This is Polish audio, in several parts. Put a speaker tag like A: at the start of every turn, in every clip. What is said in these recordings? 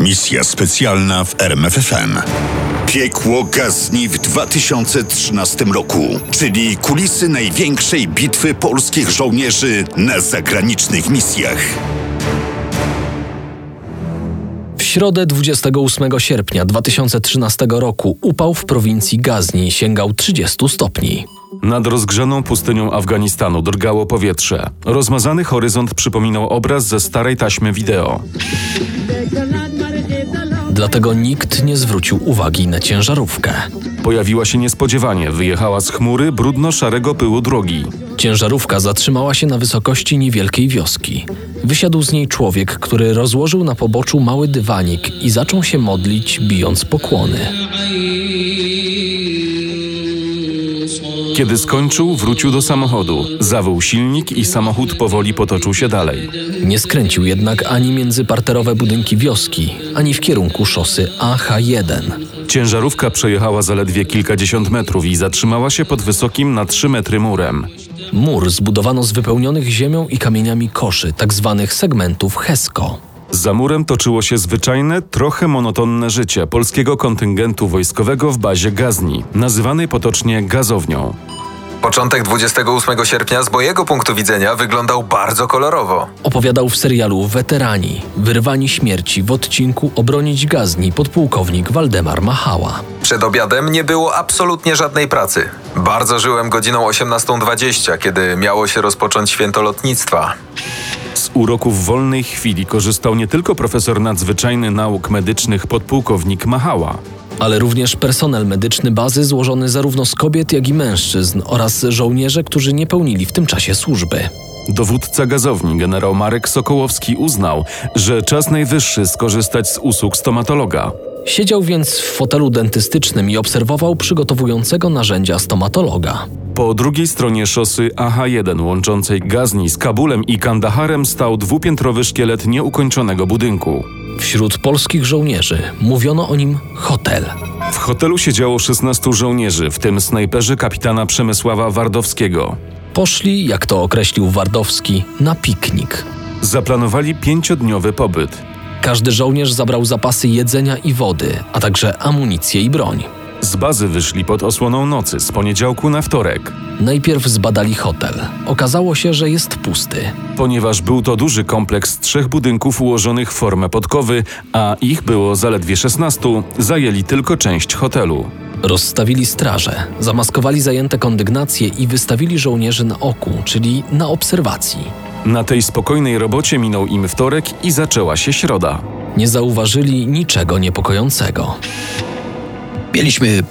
A: Misja specjalna w RMFFM. Piekło gazni w 2013 roku, czyli kulisy największej bitwy polskich żołnierzy na zagranicznych misjach.
B: W środę 28 sierpnia 2013 roku upał w prowincji Gazni sięgał 30 stopni.
C: Nad rozgrzaną pustynią Afganistanu drgało powietrze. Rozmazany horyzont przypominał obraz ze starej taśmy wideo.
B: Dlatego nikt nie zwrócił uwagi na ciężarówkę.
C: Pojawiła się niespodziewanie, wyjechała z chmury brudno-szarego pyłu drogi.
B: Ciężarówka zatrzymała się na wysokości niewielkiej wioski. Wysiadł z niej człowiek, który rozłożył na poboczu mały dywanik i zaczął się modlić, bijąc pokłony.
C: Kiedy skończył, wrócił do samochodu. Zawył silnik i samochód powoli potoczył się dalej.
B: Nie skręcił jednak ani między parterowe budynki wioski, ani w kierunku szosy AH1.
C: Ciężarówka przejechała zaledwie kilkadziesiąt metrów i zatrzymała się pod wysokim na 3 metry murem.
B: Mur zbudowano z wypełnionych ziemią i kamieniami koszy, tak zwanych segmentów HESCO.
C: Za murem toczyło się zwyczajne, trochę monotonne życie polskiego kontyngentu wojskowego w bazie Gazni, nazywanej potocznie gazownią.
D: Początek 28 sierpnia z mojego punktu widzenia wyglądał bardzo kolorowo.
B: Opowiadał w serialu Weterani, wyrwani śmierci w odcinku Obronić gazni podpułkownik Waldemar Machała.
D: Przed obiadem nie było absolutnie żadnej pracy. Bardzo żyłem godziną 18.20, kiedy miało się rozpocząć święto lotnictwa.
C: Z uroków wolnej chwili korzystał nie tylko profesor nadzwyczajny nauk medycznych podpułkownik Machała.
B: Ale również personel medyczny bazy złożony zarówno z kobiet, jak i mężczyzn oraz żołnierze, którzy nie pełnili w tym czasie służby.
C: Dowódca gazowni generał Marek Sokołowski uznał, że czas najwyższy skorzystać z usług stomatologa.
B: Siedział więc w fotelu dentystycznym i obserwował przygotowującego narzędzia stomatologa.
C: Po drugiej stronie szosy AH1 łączącej Gazni z Kabulem i Kandaharem stał dwupiętrowy szkielet nieukończonego budynku.
B: Wśród polskich żołnierzy mówiono o nim hotel.
C: W hotelu siedziało 16 żołnierzy, w tym snajperzy kapitana Przemysława Wardowskiego.
B: Poszli, jak to określił Wardowski, na piknik.
C: Zaplanowali pięciodniowy pobyt.
B: Każdy żołnierz zabrał zapasy jedzenia i wody, a także amunicję i broń.
C: Z bazy wyszli pod osłoną nocy z poniedziałku na wtorek.
B: Najpierw zbadali hotel. Okazało się, że jest pusty.
C: Ponieważ był to duży kompleks trzech budynków ułożonych w formę podkowy, a ich było zaledwie 16, zajęli tylko część hotelu.
B: Rozstawili straże, zamaskowali zajęte kondygnacje i wystawili żołnierzy na oku, czyli na obserwacji.
C: Na tej spokojnej robocie minął im wtorek i zaczęła się środa.
B: Nie zauważyli niczego niepokojącego.
E: Mieliśmy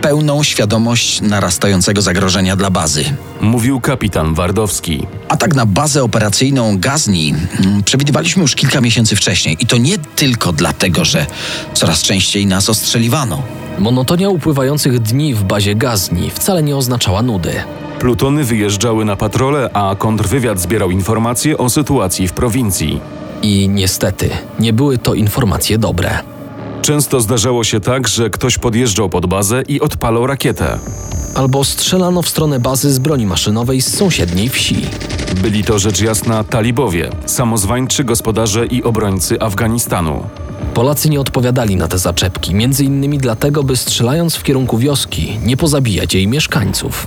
E: pełną świadomość narastającego zagrożenia dla bazy.
C: Mówił kapitan Wardowski.
E: Atak na bazę operacyjną Gazni mm, przewidywaliśmy już kilka miesięcy wcześniej i to nie tylko dlatego, że coraz częściej nas ostrzeliwano.
B: Monotonia upływających dni w bazie gazni wcale nie oznaczała nudy.
C: Plutony wyjeżdżały na patrole, a kontrwywiad zbierał informacje o sytuacji w prowincji.
B: I niestety, nie były to informacje dobre.
C: Często zdarzało się tak, że ktoś podjeżdżał pod bazę i odpalał rakietę.
B: Albo strzelano w stronę bazy z broni maszynowej z sąsiedniej wsi.
C: Byli to rzecz jasna talibowie, samozwańczy gospodarze i obrońcy Afganistanu.
B: Polacy nie odpowiadali na te zaczepki, między innymi dlatego, by strzelając w kierunku wioski, nie pozabijać jej mieszkańców.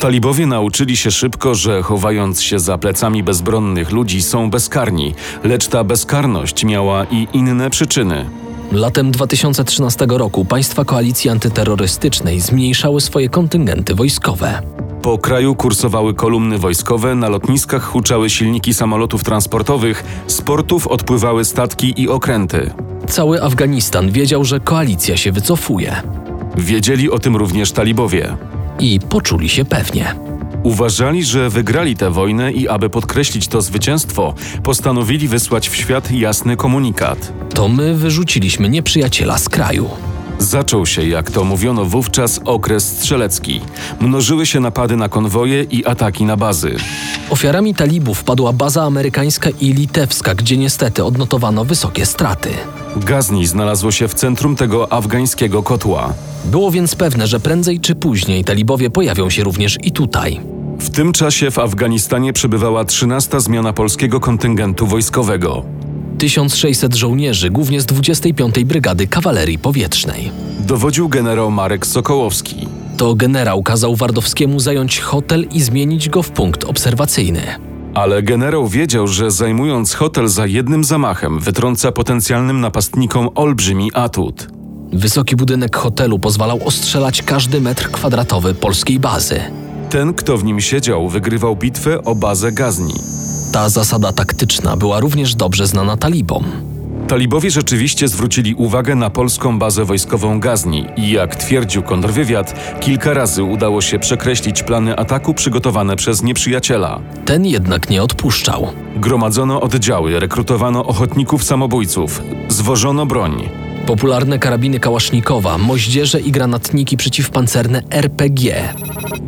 C: Talibowie nauczyli się szybko, że chowając się za plecami bezbronnych ludzi są bezkarni, lecz ta bezkarność miała i inne przyczyny.
B: Latem 2013 roku państwa koalicji antyterrorystycznej zmniejszały swoje kontyngenty wojskowe.
C: Po kraju kursowały kolumny wojskowe, na lotniskach huczały silniki samolotów transportowych, z portów odpływały statki i okręty.
B: Cały Afganistan wiedział, że koalicja się wycofuje
C: Wiedzieli o tym również talibowie.
B: i poczuli się pewnie.
C: Uważali, że wygrali tę wojnę i aby podkreślić to zwycięstwo, postanowili wysłać w świat jasny komunikat.
B: To my wyrzuciliśmy nieprzyjaciela z kraju.
C: Zaczął się, jak to mówiono wówczas, okres strzelecki. Mnożyły się napady na konwoje i ataki na bazy.
B: Ofiarami talibów padła baza amerykańska i litewska, gdzie niestety odnotowano wysokie straty.
C: Gazni znalazło się w centrum tego afgańskiego kotła.
B: Było więc pewne, że prędzej czy później talibowie pojawią się również i tutaj.
C: W tym czasie w Afganistanie przebywała 13 zmiana polskiego kontyngentu wojskowego.
B: 1600 żołnierzy, głównie z 25. Brygady Kawalerii Powietrznej.
C: Dowodził generał Marek Sokołowski.
B: To generał kazał Wardowskiemu zająć hotel i zmienić go w punkt obserwacyjny.
C: Ale generał wiedział, że zajmując hotel za jednym zamachem, wytrąca potencjalnym napastnikom olbrzymi atut.
B: Wysoki budynek hotelu pozwalał ostrzelać każdy metr kwadratowy polskiej bazy.
C: Ten, kto w nim siedział, wygrywał bitwę o bazę Gazni.
B: Ta zasada taktyczna była również dobrze znana talibom.
C: Talibowie rzeczywiście zwrócili uwagę na polską bazę wojskową Gazni i jak twierdził kontrwywiad, kilka razy udało się przekreślić plany ataku przygotowane przez nieprzyjaciela.
B: Ten jednak nie odpuszczał.
C: Gromadzono oddziały, rekrutowano ochotników samobójców, zwożono broń.
B: Popularne karabiny kałasznikowa, moździerze i granatniki przeciwpancerne RPG,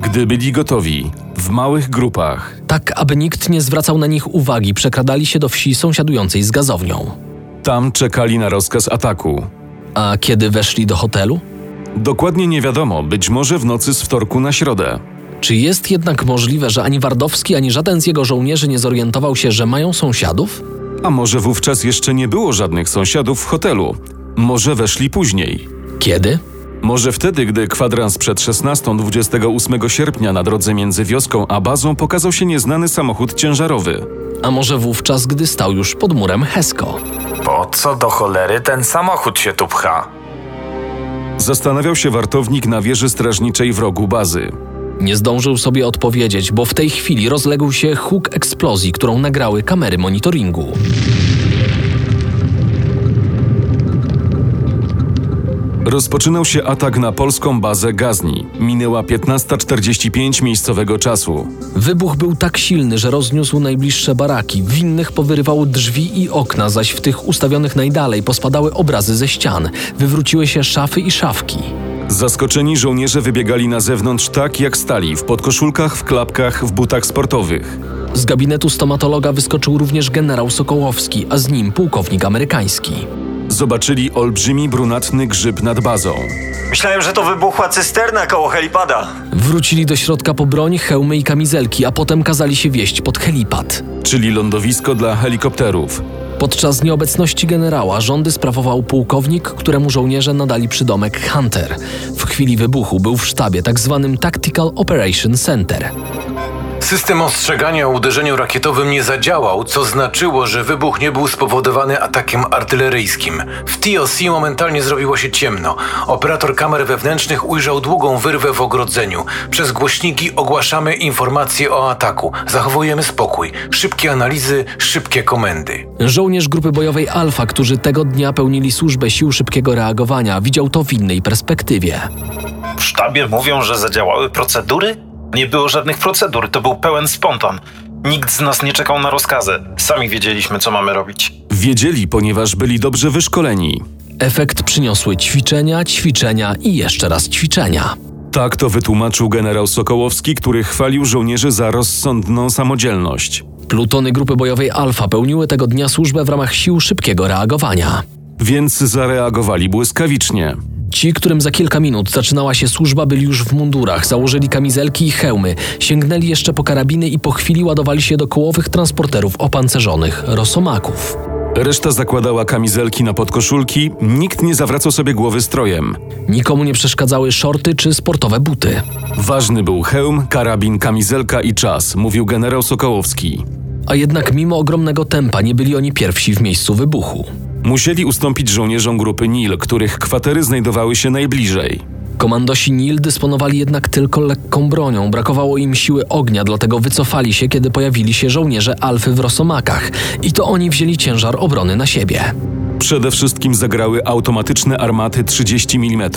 C: Gdy byli gotowi, w małych grupach,
B: tak aby nikt nie zwracał na nich uwagi, przekradali się do wsi sąsiadującej z gazownią.
C: tam czekali na rozkaz ataku.
B: A kiedy weszli do hotelu?
C: Dokładnie nie wiadomo, być może w nocy z wtorku na środę.
B: Czy jest jednak możliwe, że ani Wardowski, ani żaden z jego żołnierzy nie zorientował się, że mają sąsiadów?
C: A może wówczas jeszcze nie było żadnych sąsiadów w hotelu? Może weszli później?
B: Kiedy?
C: Może wtedy, gdy kwadrans przed 16 28 sierpnia na drodze między wioską a bazą pokazał się nieznany samochód ciężarowy.
B: A może wówczas, gdy stał już pod murem Hesko?
F: Po co do cholery ten samochód się tu pcha?
C: Zastanawiał się wartownik na wieży strażniczej w rogu bazy.
B: Nie zdążył sobie odpowiedzieć, bo w tej chwili rozległ się huk eksplozji, którą nagrały kamery monitoringu.
C: Rozpoczynał się atak na polską bazę Gazni. Minęła 15.45 miejscowego czasu.
B: Wybuch był tak silny, że rozniósł najbliższe baraki. W innych powyrywało drzwi i okna, zaś w tych ustawionych najdalej pospadały obrazy ze ścian. Wywróciły się szafy i szafki.
C: Zaskoczeni żołnierze wybiegali na zewnątrz tak jak stali, w podkoszulkach, w klapkach, w butach sportowych.
B: Z gabinetu stomatologa wyskoczył również generał Sokołowski, a z nim pułkownik amerykański.
C: Zobaczyli olbrzymi brunatny grzyb nad bazą.
G: Myślałem, że to wybuchła cysterna koło helipada.
B: Wrócili do środka po broń, hełmy i kamizelki, a potem kazali się wieść pod helipad.
C: czyli lądowisko dla helikopterów.
B: Podczas nieobecności generała rządy sprawował pułkownik, któremu żołnierze nadali przydomek Hunter. W chwili wybuchu był w sztabie tzw. Tactical Operation Center.
H: System ostrzegania o uderzeniu rakietowym nie zadziałał, co znaczyło, że wybuch nie był spowodowany atakiem artyleryjskim. W TOC momentalnie zrobiło się ciemno. Operator kamer wewnętrznych ujrzał długą wyrwę w ogrodzeniu. Przez głośniki ogłaszamy informacje o ataku. Zachowujemy spokój. Szybkie analizy, szybkie komendy.
B: Żołnierz grupy bojowej Alfa, którzy tego dnia pełnili służbę sił szybkiego reagowania, widział to w innej perspektywie.
G: W sztabie mówią, że zadziałały procedury? Nie było żadnych procedur, to był pełen spontan. Nikt z nas nie czekał na rozkazy. Sami wiedzieliśmy, co mamy robić.
C: Wiedzieli, ponieważ byli dobrze wyszkoleni.
B: Efekt przyniosły ćwiczenia, ćwiczenia i jeszcze raz ćwiczenia.
C: Tak to wytłumaczył generał Sokołowski, który chwalił żołnierzy za rozsądną samodzielność.
B: Plutony grupy bojowej Alfa pełniły tego dnia służbę w ramach sił szybkiego reagowania.
C: Więc zareagowali błyskawicznie.
B: Ci, którym za kilka minut zaczynała się służba, byli już w mundurach, założyli kamizelki i hełmy, sięgnęli jeszcze po karabiny i po chwili ładowali się do kołowych transporterów opancerzonych rosomaków.
C: Reszta zakładała kamizelki na podkoszulki, nikt nie zawracał sobie głowy strojem.
B: Nikomu nie przeszkadzały szorty czy sportowe buty.
C: Ważny był hełm, karabin, kamizelka i czas, mówił generał Sokołowski.
B: A jednak mimo ogromnego tempa nie byli oni pierwsi w miejscu wybuchu.
C: Musieli ustąpić żołnierzom grupy NIL, których kwatery znajdowały się najbliżej.
B: Komandosi Nil dysponowali jednak tylko lekką bronią, brakowało im siły ognia, dlatego wycofali się, kiedy pojawili się żołnierze Alfy w Rosomakach i to oni wzięli ciężar obrony na siebie.
C: Przede wszystkim zagrały automatyczne armaty 30 mm.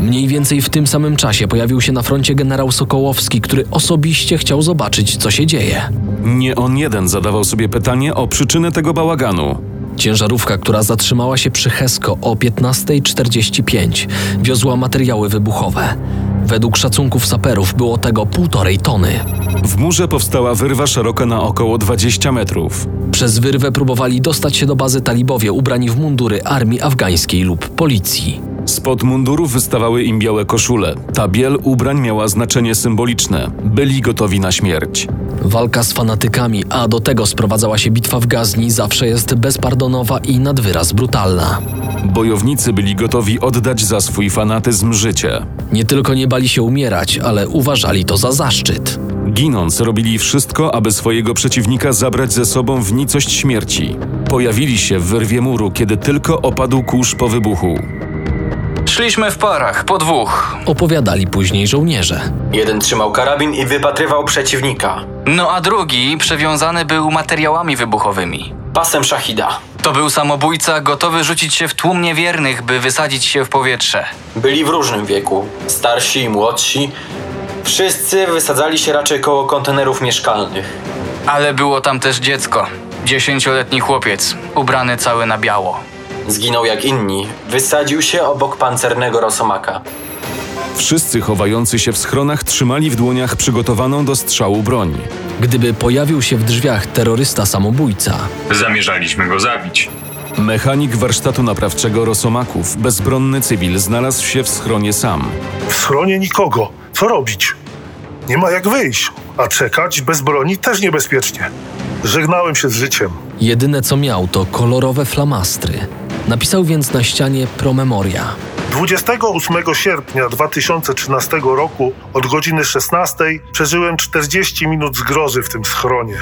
B: Mniej więcej w tym samym czasie pojawił się na froncie generał Sokołowski, który osobiście chciał zobaczyć, co się dzieje.
C: Nie on jeden zadawał sobie pytanie o przyczynę tego bałaganu.
B: Ciężarówka, która zatrzymała się przy Hesko o 15.45, wiozła materiały wybuchowe. Według szacunków saperów było tego półtorej tony.
C: W murze powstała wyrwa szeroka na około 20 metrów.
B: Przez wyrwę próbowali dostać się do bazy talibowie ubrani w mundury armii afgańskiej lub policji.
C: Spod mundurów wystawały im białe koszule. Ta biel ubrań miała znaczenie symboliczne. Byli gotowi na śmierć.
B: Walka z fanatykami, a do tego sprowadzała się bitwa w Gazni, zawsze jest bezpardonowa i nad wyraz brutalna.
C: Bojownicy byli gotowi oddać za swój fanatyzm życie.
B: Nie tylko nie bali się umierać, ale uważali to za zaszczyt.
C: Ginąc, robili wszystko, aby swojego przeciwnika zabrać ze sobą w nicość śmierci. Pojawili się w wyrwie muru, kiedy tylko opadł kurz po wybuchu.
I: Szliśmy w parach, po dwóch.
B: Opowiadali później żołnierze.
J: Jeden trzymał karabin i wypatrywał przeciwnika.
I: No a drugi przewiązany był materiałami wybuchowymi.
J: Pasem szachida.
I: To był samobójca gotowy rzucić się w tłum niewiernych, by wysadzić się w powietrze.
J: Byli w różnym wieku. Starsi i młodsi. Wszyscy wysadzali się raczej koło kontenerów mieszkalnych.
I: Ale było tam też dziecko. Dziesięcioletni chłopiec, ubrany cały na biało.
J: Zginął jak inni. Wysadził się obok pancernego rosomaka.
C: Wszyscy chowający się w schronach trzymali w dłoniach przygotowaną do strzału broń.
B: Gdyby pojawił się w drzwiach terrorysta samobójca,
K: Zamierzaliśmy go zabić.
C: Mechanik warsztatu naprawczego Rosomaków, bezbronny cywil, znalazł się w schronie sam.
L: W schronie nikogo. Co robić? Nie ma jak wyjść, a czekać bez broni też niebezpiecznie. Żegnałem się z życiem.
B: jedyne co miał to kolorowe flamastry. Napisał więc na ścianie promemoria.
L: 28 sierpnia 2013 roku od godziny 16 przeżyłem 40 minut zgrozy w tym schronie.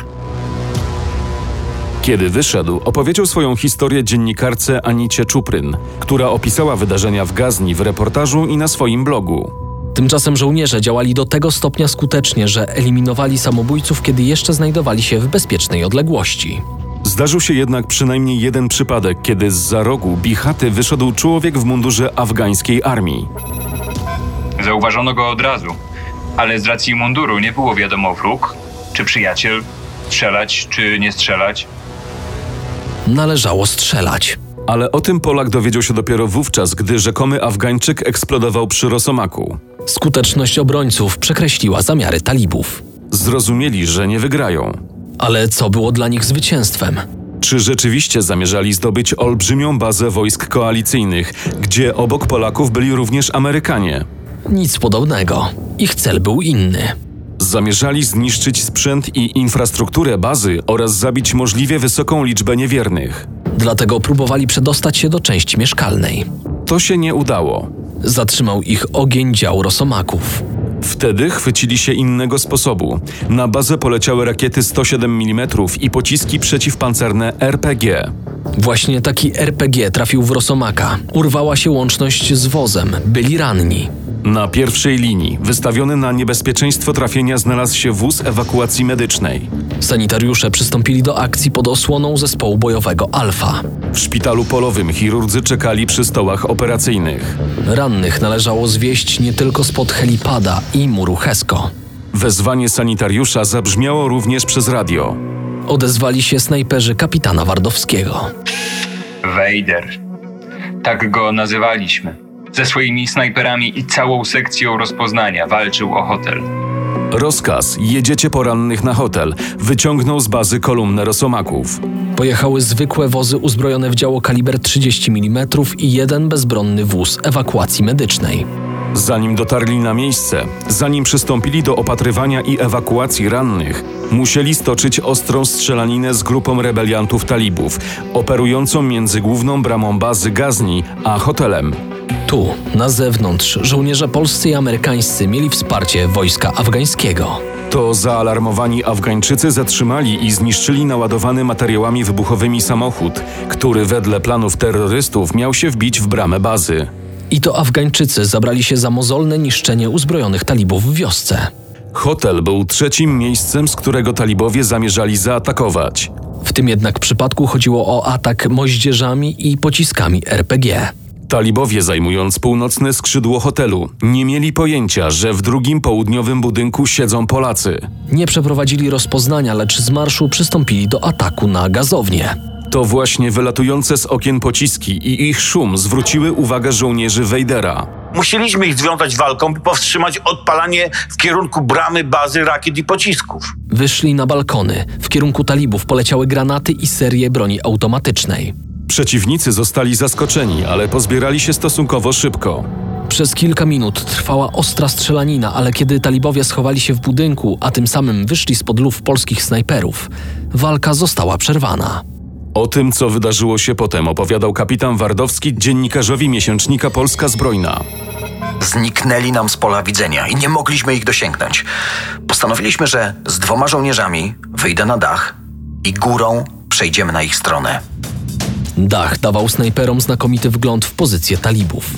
C: Kiedy wyszedł, opowiedział swoją historię dziennikarce Anicie Czupryn, która opisała wydarzenia w Gazni w reportażu i na swoim blogu.
B: Tymczasem żołnierze działali do tego stopnia skutecznie, że eliminowali samobójców, kiedy jeszcze znajdowali się w bezpiecznej odległości.
C: Zdarzył się jednak przynajmniej jeden przypadek, kiedy z za rogu Bichaty wyszedł człowiek w mundurze afgańskiej armii.
K: Zauważono go od razu, ale z racji munduru nie było wiadomo wróg, czy przyjaciel, strzelać, czy nie strzelać.
B: Należało strzelać.
C: Ale o tym Polak dowiedział się dopiero wówczas, gdy rzekomy Afgańczyk eksplodował przy Rosomaku.
B: Skuteczność obrońców przekreśliła zamiary talibów.
C: Zrozumieli, że nie wygrają.
B: Ale co było dla nich zwycięstwem?
C: Czy rzeczywiście zamierzali zdobyć olbrzymią bazę wojsk koalicyjnych, gdzie obok Polaków byli również Amerykanie?
B: Nic podobnego. Ich cel był inny.
C: Zamierzali zniszczyć sprzęt i infrastrukturę bazy oraz zabić możliwie wysoką liczbę niewiernych.
B: Dlatego próbowali przedostać się do części mieszkalnej.
C: To się nie udało.
B: Zatrzymał ich ogień dział rosomaków.
C: Wtedy chwycili się innego sposobu. Na bazę poleciały rakiety 107 mm i pociski przeciwpancerne RPG.
B: Właśnie taki RPG trafił w rosomaka. Urwała się łączność z wozem. Byli ranni.
C: Na pierwszej linii, wystawiony na niebezpieczeństwo trafienia, znalazł się wóz ewakuacji medycznej.
B: Sanitariusze przystąpili do akcji pod osłoną zespołu bojowego Alfa.
C: W szpitalu polowym chirurdzy czekali przy stołach operacyjnych.
B: Rannych należało zwieść nie tylko spod helipada i muru Hesko.
C: Wezwanie sanitariusza zabrzmiało również przez radio.
B: Odezwali się snajperzy kapitana Wardowskiego.
K: Vader. Tak go nazywaliśmy. Ze swoimi snajperami i całą sekcją rozpoznania walczył o hotel.
C: Rozkaz: jedziecie porannych na hotel. Wyciągnął z bazy kolumnę rosomaków.
B: Pojechały zwykłe wozy uzbrojone w działo kaliber 30 mm i jeden bezbronny wóz ewakuacji medycznej.
C: Zanim dotarli na miejsce, zanim przystąpili do opatrywania i ewakuacji rannych, musieli stoczyć ostrą strzelaninę z grupą rebeliantów talibów, operującą między główną bramą bazy Gazni a hotelem.
B: Tu, na zewnątrz, żołnierze polscy i amerykańscy mieli wsparcie wojska afgańskiego.
C: To zaalarmowani Afgańczycy zatrzymali i zniszczyli naładowany materiałami wybuchowymi samochód, który wedle planów terrorystów miał się wbić w bramę bazy.
B: I to Afgańczycy zabrali się za mozolne niszczenie uzbrojonych talibów w wiosce.
C: Hotel był trzecim miejscem, z którego talibowie zamierzali zaatakować.
B: W tym jednak przypadku chodziło o atak moździerzami i pociskami RPG.
C: Talibowie zajmując północne skrzydło hotelu nie mieli pojęcia, że w drugim południowym budynku siedzą Polacy.
B: Nie przeprowadzili rozpoznania, lecz z marszu przystąpili do ataku na gazownię.
C: To właśnie wylatujące z okien pociski i ich szum zwróciły uwagę żołnierzy Wejdera.
M: Musieliśmy ich związać walką, by powstrzymać odpalanie w kierunku bramy, bazy, rakiet i pocisków.
B: Wyszli na balkony. W kierunku talibów poleciały granaty i serie broni automatycznej.
C: Przeciwnicy zostali zaskoczeni, ale pozbierali się stosunkowo szybko.
B: Przez kilka minut trwała ostra strzelanina, ale kiedy talibowie schowali się w budynku, a tym samym wyszli spod luf polskich snajperów, walka została przerwana.
C: O tym, co wydarzyło się potem, opowiadał kapitan Wardowski dziennikarzowi miesięcznika Polska Zbrojna.
E: Zniknęli nam z pola widzenia i nie mogliśmy ich dosięgnąć. Postanowiliśmy, że z dwoma żołnierzami wyjdę na dach i górą przejdziemy na ich stronę.
B: Dach dawał snajperom znakomity wgląd w pozycję talibów.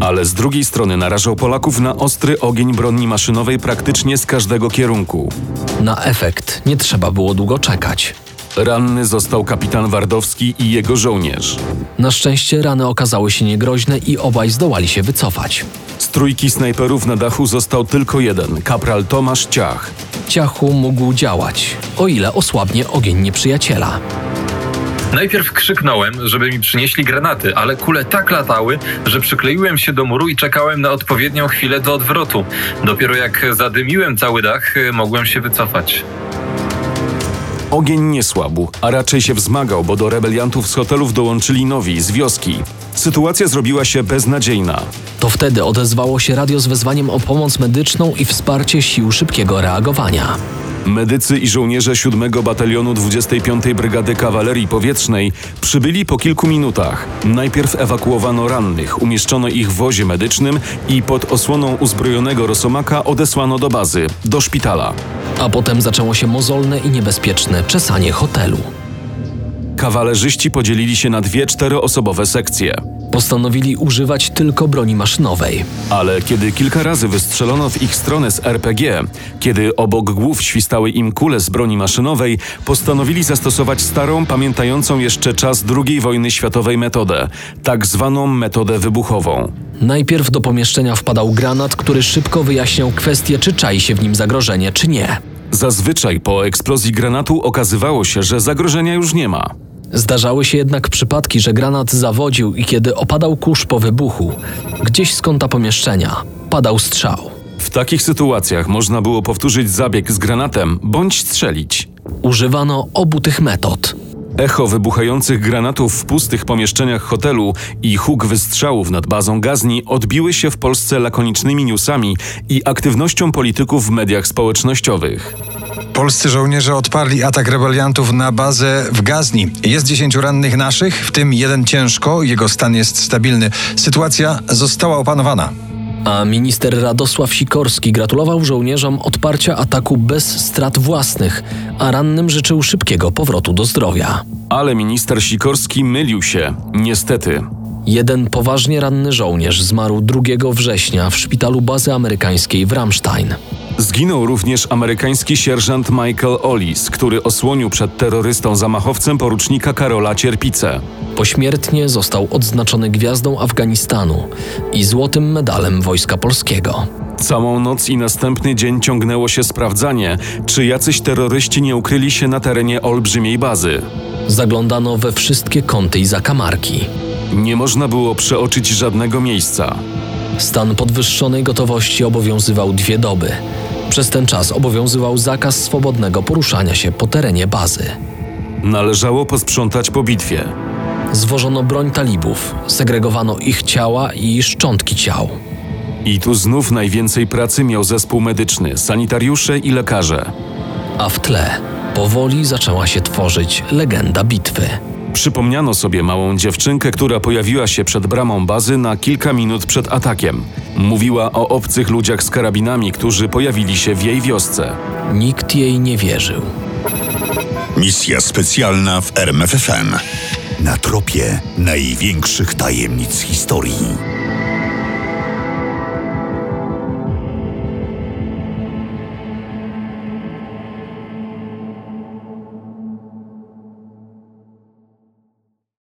C: Ale z drugiej strony narażał Polaków na ostry ogień broni maszynowej praktycznie z każdego kierunku.
B: Na efekt nie trzeba było długo czekać.
C: Ranny został kapitan Wardowski i jego żołnierz.
B: Na szczęście rany okazały się niegroźne i obaj zdołali się wycofać.
C: Z trójki snajperów na dachu został tylko jeden, kapral Tomasz Ciach.
B: Ciachu mógł działać, o ile osłabnie ogień nieprzyjaciela.
N: Najpierw krzyknąłem, żeby mi przynieśli granaty, ale kule tak latały, że przykleiłem się do muru i czekałem na odpowiednią chwilę do odwrotu. Dopiero jak zadymiłem cały dach, mogłem się wycofać.
C: Ogień nie słabł, a raczej się wzmagał, bo do rebeliantów z hotelów dołączyli nowi z wioski. Sytuacja zrobiła się beznadziejna.
B: To wtedy odezwało się radio z wezwaniem o pomoc medyczną i wsparcie sił szybkiego reagowania.
C: Medycy i żołnierze 7 Batalionu 25 Brygady Kawalerii Powietrznej przybyli po kilku minutach. Najpierw ewakuowano rannych, umieszczono ich w wozie medycznym i pod osłoną uzbrojonego Rosomaka odesłano do bazy, do szpitala.
B: A potem zaczęło się mozolne i niebezpieczne czesanie hotelu.
C: Kawalerzyści podzielili się na dwie czteroosobowe sekcje.
B: Postanowili używać tylko broni maszynowej.
C: Ale kiedy kilka razy wystrzelono w ich stronę z RPG, kiedy obok głów świstały im kule z broni maszynowej, postanowili zastosować starą, pamiętającą jeszcze czas II wojny światowej metodę, tak zwaną metodę wybuchową.
B: Najpierw do pomieszczenia wpadał granat, który szybko wyjaśniał kwestię, czy czai się w nim zagrożenie, czy nie.
C: Zazwyczaj po eksplozji granatu okazywało się, że zagrożenia już nie ma.
B: Zdarzały się jednak przypadki, że granat zawodził i kiedy opadał kurz po wybuchu, gdzieś z kąta pomieszczenia padał strzał.
C: W takich sytuacjach można było powtórzyć zabieg z granatem bądź strzelić.
B: Używano obu tych metod.
C: Echo wybuchających granatów w pustych pomieszczeniach hotelu i huk wystrzałów nad bazą gazni odbiły się w Polsce lakonicznymi newsami i aktywnością polityków w mediach społecznościowych.
O: Polscy żołnierze odparli atak rebeliantów na bazę w Gazni. Jest dziesięciu rannych naszych, w tym jeden ciężko, jego stan jest stabilny. Sytuacja została opanowana.
B: A minister Radosław Sikorski gratulował żołnierzom odparcia ataku bez strat własnych, a rannym życzył szybkiego powrotu do zdrowia.
C: Ale minister Sikorski mylił się, niestety.
B: Jeden poważnie ranny żołnierz zmarł 2 września w szpitalu bazy amerykańskiej w Ramstein.
C: Zginął również amerykański sierżant Michael Ollis, który osłonił przed terrorystą zamachowcem porucznika Karola Cierpice.
B: Pośmiertnie został odznaczony Gwiazdą Afganistanu i Złotym Medalem Wojska Polskiego.
C: Całą noc i następny dzień ciągnęło się sprawdzanie, czy jacyś terroryści nie ukryli się na terenie olbrzymiej bazy.
B: Zaglądano we wszystkie kąty i zakamarki.
C: Nie można było przeoczyć żadnego miejsca.
B: Stan podwyższonej gotowości obowiązywał dwie doby. Przez ten czas obowiązywał zakaz swobodnego poruszania się po terenie bazy.
C: Należało posprzątać po bitwie.
B: Zwożono broń talibów, segregowano ich ciała i szczątki ciał.
C: I tu znów najwięcej pracy miał zespół medyczny, sanitariusze i lekarze.
B: A w tle powoli zaczęła się tworzyć legenda bitwy.
C: Przypomniano sobie małą dziewczynkę, która pojawiła się przed bramą bazy na kilka minut przed atakiem. Mówiła o obcych ludziach z karabinami, którzy pojawili się w jej wiosce.
B: Nikt jej nie wierzył.
A: Misja specjalna w RMFFM. Na tropie największych tajemnic historii.